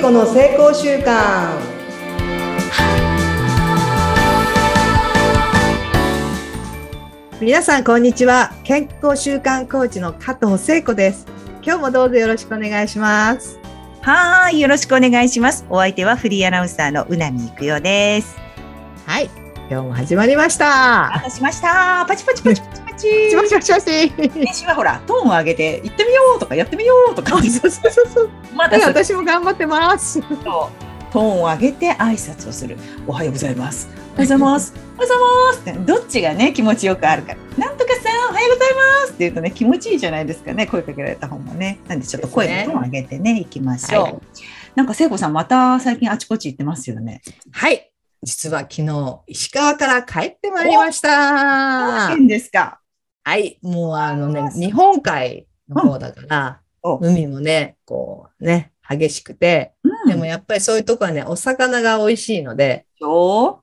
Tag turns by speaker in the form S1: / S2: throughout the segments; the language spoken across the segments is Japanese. S1: 子の成功習慣皆さんこんにちは健康習慣コーチの加藤聖子です今日もどうぞよろしくお願いします
S2: はーい、よろしくお願いします。お相手はフリーアナウンサーのうなみいくよです。
S1: はい今日も始まりました
S2: あ、しました。パチパチパチパチパチ。
S1: しもしもしもし
S2: 先週はほら、トーンを上げて、行ってみようとか、やってみようとか、
S1: そうそうそうそう
S2: まだそう
S1: 私も頑張ってます
S2: トーンを上げて挨拶をする。おはようございます。おはようございます。おはようございますって。どっちがね、気持ちよくあるか。なんとかさん、おはようございますって言うとね、気持ちいいじゃないですかね、声かけられた方もね。なんで、ちょっと声のトーンを上げてね、いきましょう。
S1: はい
S2: なんか、聖子さん、また最近あちこち行ってますよね。
S1: はい実は昨日石川から帰ってまいりました
S2: いいんですか。
S1: はい、もうあのね
S2: あ、そう
S1: 日本海の方だから、
S2: お
S1: 海もね、こうね、激しくて、でもやっぱりそういうとこはね、お魚が美味しいので、
S2: よ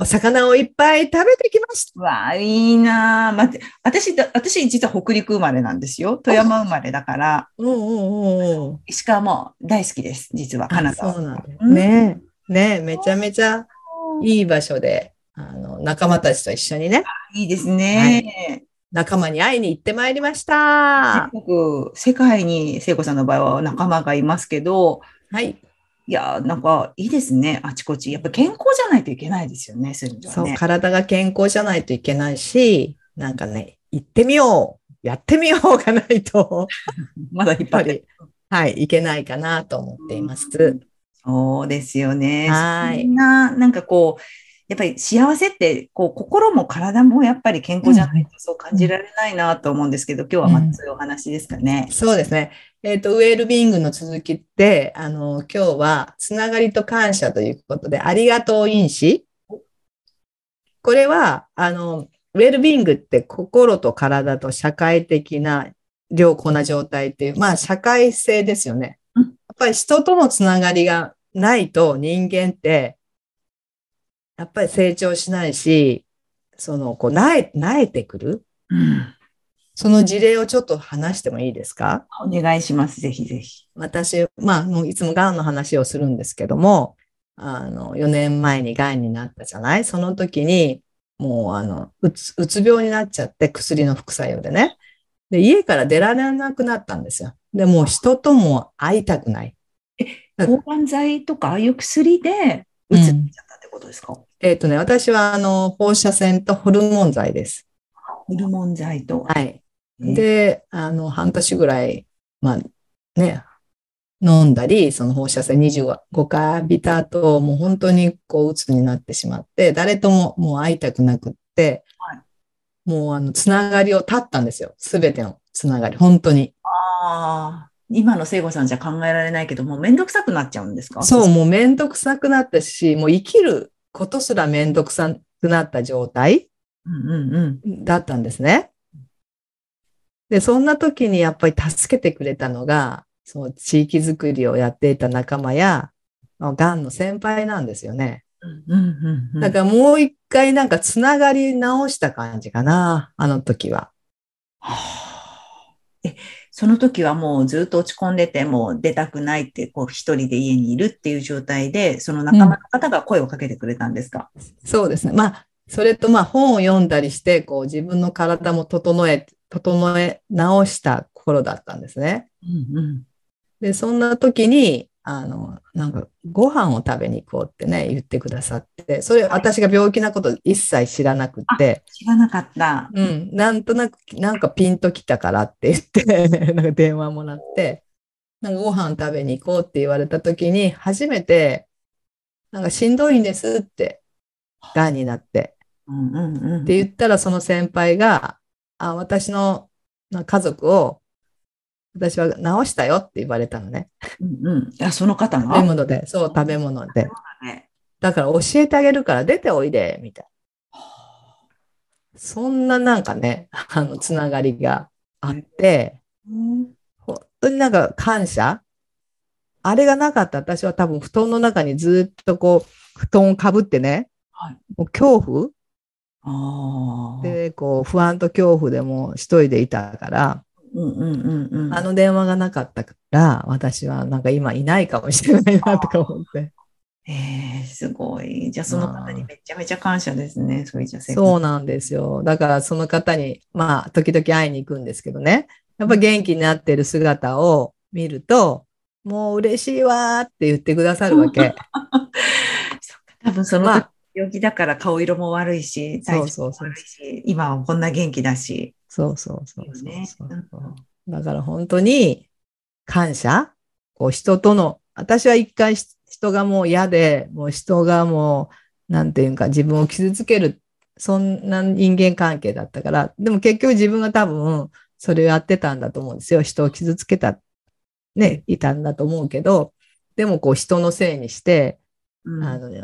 S1: お魚をいっぱい食べてきまし
S2: うわあ、いいなあ待って、私だ、私実は北陸生まれなんですよ。富山生まれだから、
S1: た。うんうんうんうん。
S2: 石川も大好きです、実は、金沢。
S1: そうなんだよ
S2: うん
S1: ね。ねめちゃめちゃいい場所で、あの、仲間たちと一緒にね、
S2: いいですね。
S1: 仲間に会いに行ってまいりました。
S2: すごく世界に聖子さんの場合は仲間がいますけど、
S1: はい。
S2: いやあ、なんかいいですね、あちこち。やっぱ健康じゃないといけないですよね、そういう意味では
S1: そう、
S2: ね。
S1: 体が健康じゃないといけないし、なんかね、行ってみようやってみようがないと。
S2: まだ引っ
S1: やっぱ
S2: 張って。
S1: り、はい、いけないかなと思っています。
S2: そうですよね。
S1: はい
S2: みんな、なんかこう、やっぱり幸せって、こう、心も体もやっぱり健康じゃないとそう感じられないなと思うんですけど、今日はまずそういうお話ですかね。
S1: そうですね。えっ、と、ウェルビーイングの続きって、あの、今日は、つながりと感謝ということで、ありがとう因子。これは、あの、ウェルビーイングって心と体と社会的な良好な状態っていう、まあ、社会性ですよね。
S2: うん
S1: やっぱり人とのつながりがないと人間って、やっぱり成長しないし、その、こう、なえ、なえてくる
S2: うん
S1: その事例をちょっと話してもいいですか
S2: お願いします、ぜひぜひ。
S1: 私、まあ、もういつもがんの話をするんですけども、あの、4年前にがんになったじゃないその時に、もう、あの、うつ、うつ病になっちゃって、薬の副作用でね。で、家から出られなくなったんですよ。で、もう人とも会いたくない。
S2: 抗がん剤とか、ああいう薬で、うつっちゃったってことですか、
S1: えっ、とね、私は、あの、放射線とホルモン剤です。
S2: ホルモン剤と。
S1: はい。
S2: ね、
S1: で、あの、半年ぐらい、まあね、飲んだり、その放射線25回浴びた後、もう本当にこう、鬱になってしまって、誰とももう会いたくなくって、
S2: はい
S1: もうあの、つながりを断ったんですよ。すべてのつながり、本当に。
S2: ああ、今の聖子さんじゃ考えられないけど、もうめんどくさくなっちゃうんですか
S1: そう、もうめんどくさくなったし、もう生きることすらめんどくさくなった状態
S2: うんうんうん。
S1: だったんですね。で、そんな時にやっぱり助けてくれたのが、その地域づくりをやっていた仲間や、まあがんの先輩なんですよね。
S2: うんうんうんうん
S1: だからもう一回なんかつながり直した感じかな、あの時は。
S2: はあ え、その時はもうずっと落ち込んでて、もう出たくないって、こう一人で家にいるっていう状態で、その仲間の方が声をかけてくれたんですか、
S1: そうですね。まあ、それとまあ本を読んだりして、こう自分の体も整え、整え直した頃だったんですね。
S2: うん、うん
S1: で、そんな時に、あの、なんか、ご飯を食べに行こうってね、言ってくださって、それ、私が病気なこと一切知らなくて、
S2: 知らなかった。
S1: うん、なんとなく、なんかピンときたからって言って、 なんか電話もらって、なんかご飯食べに行こうって言われた時に、初めて、なんかしんどいんですって、癌になって。
S2: うんうんうん。
S1: って言ったら、その先輩が、あ、私のまあ家族を、私は治したよって言われたのね。
S2: うんうん。いや、その方
S1: 食べ
S2: が。
S1: 物で、そう、食べ物で。
S2: ね
S1: だから教えてあげるから出ておいで、みたいな。そんななんかね、あの、つながりがあって、
S2: うん
S1: 本当になんか感謝あれがなかったら私は多分布団の中にずっとこう、布団をかぶってね、
S2: はい
S1: もう恐怖
S2: ああ。
S1: で、こう、不安と恐怖でもう一人でいたから、
S2: うんうんうんうんうん。
S1: あの電話がなかったから、私はなんか今いないかもしれないなとか思って。
S2: えー、すごい。じゃあその方にめちゃめちゃ感謝ですね。それじゃあせっかく
S1: そうなんですよ。だからその方に、まあ、時々会いに行くんですけどね。やっぱ元気になってる姿を見ると、もう嬉しいわーって言ってくださるわ け。
S2: そっか多分その
S1: ま
S2: 時
S1: あ
S2: 病気だから顔色も悪いし、体調
S1: そ
S2: も
S1: うそうそう
S2: 悪いし、今はこんな元気だし。
S1: そうそうそうそう
S2: いいよね
S1: そう
S2: うん
S1: だから本当に感謝こう人との、私は一回し人がもう嫌で、もう人がもう、なんていうんか自分を傷つける、そんな人間関係だったから、でも結局自分が多分それをやってたんだと思うんですよ。人を傷つけた、ね、いたんだと思うけど、でもこう人のせいにして、
S2: うん
S1: あのね、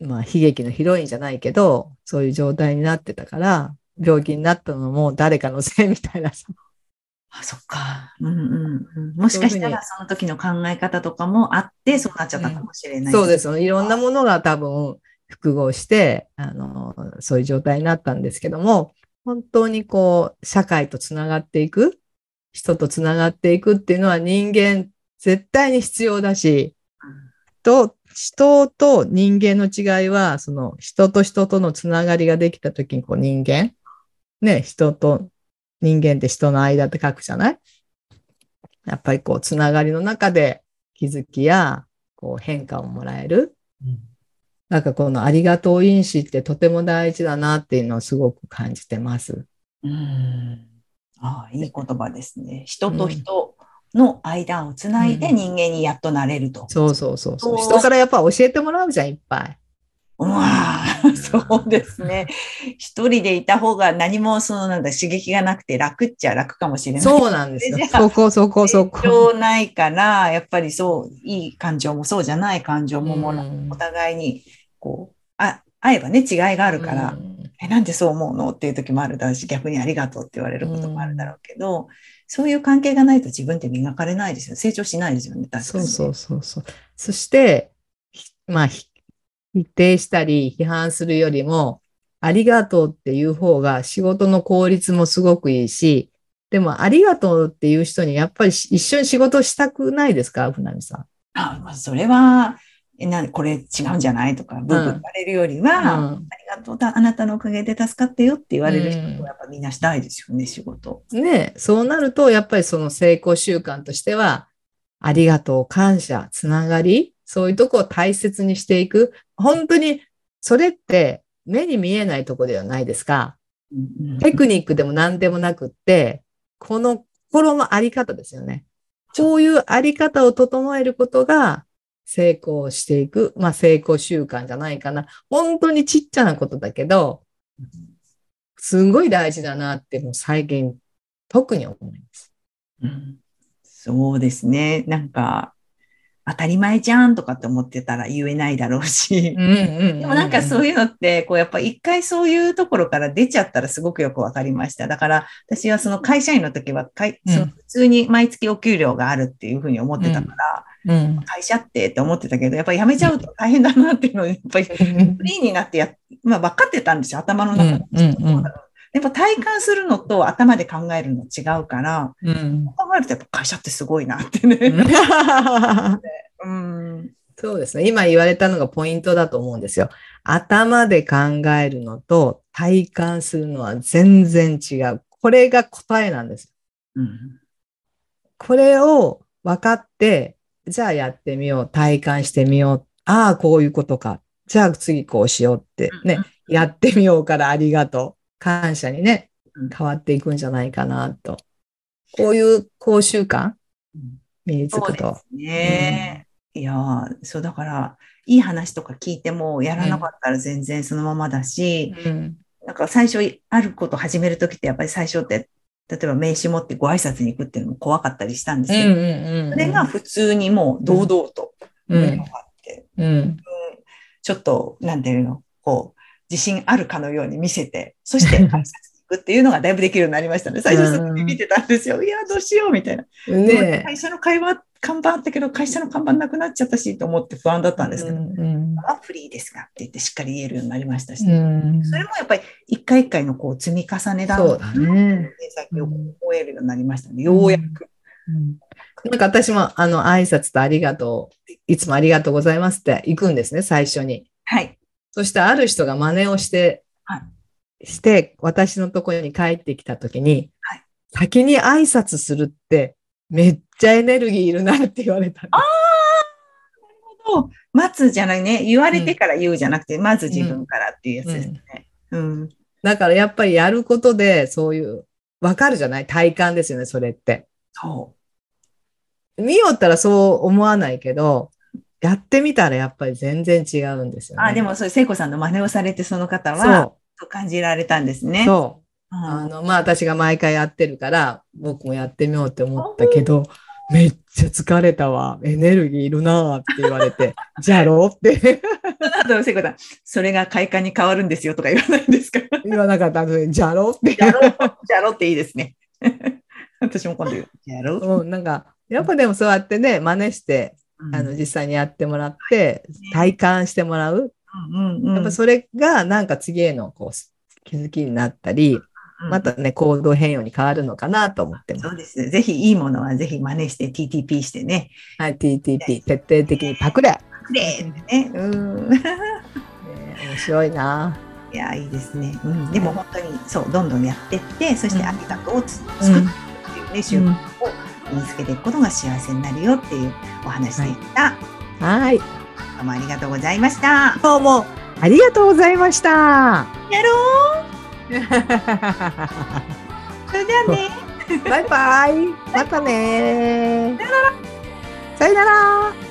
S1: まあ、悲劇のヒロインじゃないけど、そういう状態になってたから、病気になったのも誰かのせいみたいなさ。
S2: あ、そっか。うんうんうん。もしかしたらその時の考え方とかもあって、そうなっちゃったかもしれない。
S1: そうで。す。いろんなものが多分複合して、あの、そういう状態になったんですけども、本当にこう、社会とつながっていく、人とつながっていくっていうのは人間絶対に必要だし、と、人と人間の違いは、その人と人とのつながりができたときに、こう人間、ね、人と人間って人の間って書くじゃないやっぱりこう、つながりの中で気づきや、こう変化をもらえる。なんかこのありがとう因子ってとても大事だなっていうのをすごく感じてます。
S2: うん。ああ、いい言葉ですね。人と人の間をつないで人間にやっとなれると。
S1: そうそうそうそう。
S2: そう
S1: 人からやっぱ教えてもらうじゃん、いっぱい。
S2: うわあ、 そうです ね。一人でいた方が何もそのなんだ刺激がなくて楽っちゃ楽かもしれない。
S1: そうなんです よ
S2: それ。じゃあ
S1: そこそこそ
S2: 成
S1: こ。
S2: 長ないから、やっぱりそう、いい感情もそうじゃない感情ももらう
S1: うん
S2: お互いに、こう、あ、会えばね、違いがあるから、
S1: うん
S2: え、なんでそう思うのっていう時もあるだろうし、逆にありがとうって言われることもあるだろうけど、そういう関係がないと自分って磨かれないですよ。成長しないですよね、確かに。
S1: そうそうそうそう。そして、ひまあ、ひ否定したり批判するよりも、ありがとうっていう方が仕事の効率もすごくいいし、でもありがとうっていう人にやっぱりし一緒に仕事したくないですか船見さん。
S2: あ、まあ、それは、え、な、これ違うんじゃないとか、ブーブー言われるよりは、
S1: うん
S2: ありがとうだ、あなたのおかげで助かってよって言われる人
S1: うん
S2: はやっぱみんなしたいですよね、仕事。
S1: ね、そうなると、やっぱりその成功習慣としては、ありがとう、感謝、つながり、そういうとこを大切にしていく。本当に、それって目に見えないとこではないですか。
S2: うんうん
S1: テクニックでも何でもなくって、この心のあり方ですよね。こういうあり方を整えることが成功していく。まあ成功習慣じゃないかな。本当にちっちゃなことだけど、すごい大事だなって、もう最近特に思います。
S2: うんそうですね。なんか、当たり前じゃんとかって思ってたら言えないだろうし。
S1: で
S2: でもなんかそう
S1: いう
S2: いうのって、こうやっぱ一回そういうところから出ちゃったらすごくよくわかりました。だから私はその会社員の時は、かい
S1: うん
S2: その普通に毎月お給料があるっていうふうに思ってたから、
S1: うん、
S2: 会社ってって思ってたけど、やっぱり辞めちゃうと大変だなっていうのを、やっぱりフリーになってやっ、まあ分かってたんですよ、頭の中で。
S1: うんうんうん
S2: やっぱ体感するのと頭で考えるの違うから、
S1: うん
S2: 考えるとやっぱ会社ってすごいなってね。うん。
S1: そうですね。今言われたのがポイントだと思うんですよ。頭で考えるのと体感するのは全然違う。これが答えなんです。
S2: うん。
S1: これを分かって、じゃあやってみよう。体感してみよう。ああ、こういうことか。じゃあ次こうしようってね、やってみようからありがとう。感謝にね
S2: うん、
S1: 変わっていくんじゃないかなと。こういう講習慣
S2: うん
S1: 身につ
S2: そう
S1: く
S2: で
S1: と。
S2: すね。いやーそうだから、いい話とか聞いても、やらなかったら全然そのままだし、
S1: うん
S2: なんか最初、あること始めるときって、やっぱり最初って、例えば名刺持ってご挨拶に行くっていうのも怖かったりしたんです
S1: うん
S2: け
S1: うん
S2: ど、
S1: うん
S2: それが普通にもう堂々と、
S1: うん
S2: 胸が張って、
S1: うん
S2: ちょっと、なんていうの、こう、自信あるかのように見せて、そして挨拶に行くっていうのがだいぶできるようになりましたね。最初それ見てたんですよ。いや、どうしようみたいな。
S1: ね
S2: 会社の会話、看板あったけど、会社の看板なくなっちゃったしと思って不安だったんですけど、
S1: うん
S2: アプリですかって言ってしっかり言えるようになりましたし、
S1: うん
S2: それもやっぱり一回一回のこう積み重ねだ
S1: そうだね。
S2: 先を覚えるようになりましたね。ようやく。
S1: うんなんか私も、あの、挨拶とありがとう、いつもありがとうございますって行くんですね、最初に。
S2: はい。
S1: そしてある人が真似をして、
S2: は
S1: して、私のところに帰ってきたときに、
S2: はい
S1: 先に挨拶するって、めっちゃエネルギーいるなって言われたんで
S2: そう待つじゃないね。言われてから言うじゃなくて、まず自分からっていうやつ
S1: す。
S2: です
S1: う
S2: ね
S1: ん。
S2: うん。
S1: だからやっぱりやることで、そういう、わかるじゃない体感ですよね、それって。
S2: そ
S1: 見よったらそう思わないけど、やってみたらやっぱり全然違うんです
S2: う。
S1: よね。
S2: あ、でもそれ、聖子さんの真似をされて、その方は、
S1: そ
S2: そう感じられたんです
S1: う、
S2: ね。う。
S1: そう。あ
S2: あ
S1: の、まあ私が毎回やってるから、僕もやってみようって思ったけど、めっちゃ疲れたわ。エネルギーいるなーって言われ て、じゃろうって
S2: と、聖子さん、それが快感に変わるんですよとか言わないんですか
S1: 言わなかったので、じゃろうって。
S2: じゃろう、 じゃろうっていいですね。私も今度言う。じゃろう。
S1: うん、なんか、やっぱでもそうやってね、真似して、あ
S2: う
S1: の、
S2: ん
S1: 実際にやってもらって、体感してもらう。
S2: うんうん、
S1: やっぱそれがなんか次へのこう気づきになったり、
S2: うん
S1: またね、行動変容に変わるのかなと思ってます。
S2: そうですね。ぜひいいものはぜひ真似して TTP してね。
S1: はい、TTP、徹底的にパクれ。ね
S2: くれーってね。うん。
S1: 面白いな。
S2: いや、いいですね。うん。でも本当に、そう、どんどんやってって、そしてありがとうをつ
S1: うん
S2: 作ってっていうね、習慣を身につけていくことが幸せになるよっていうお話でした。
S1: はい。
S2: どうもありがとうございました。
S1: どうもありがとうございま した。
S2: やろう
S1: バ
S2: それではね。
S1: イバイ。またね。さよなら。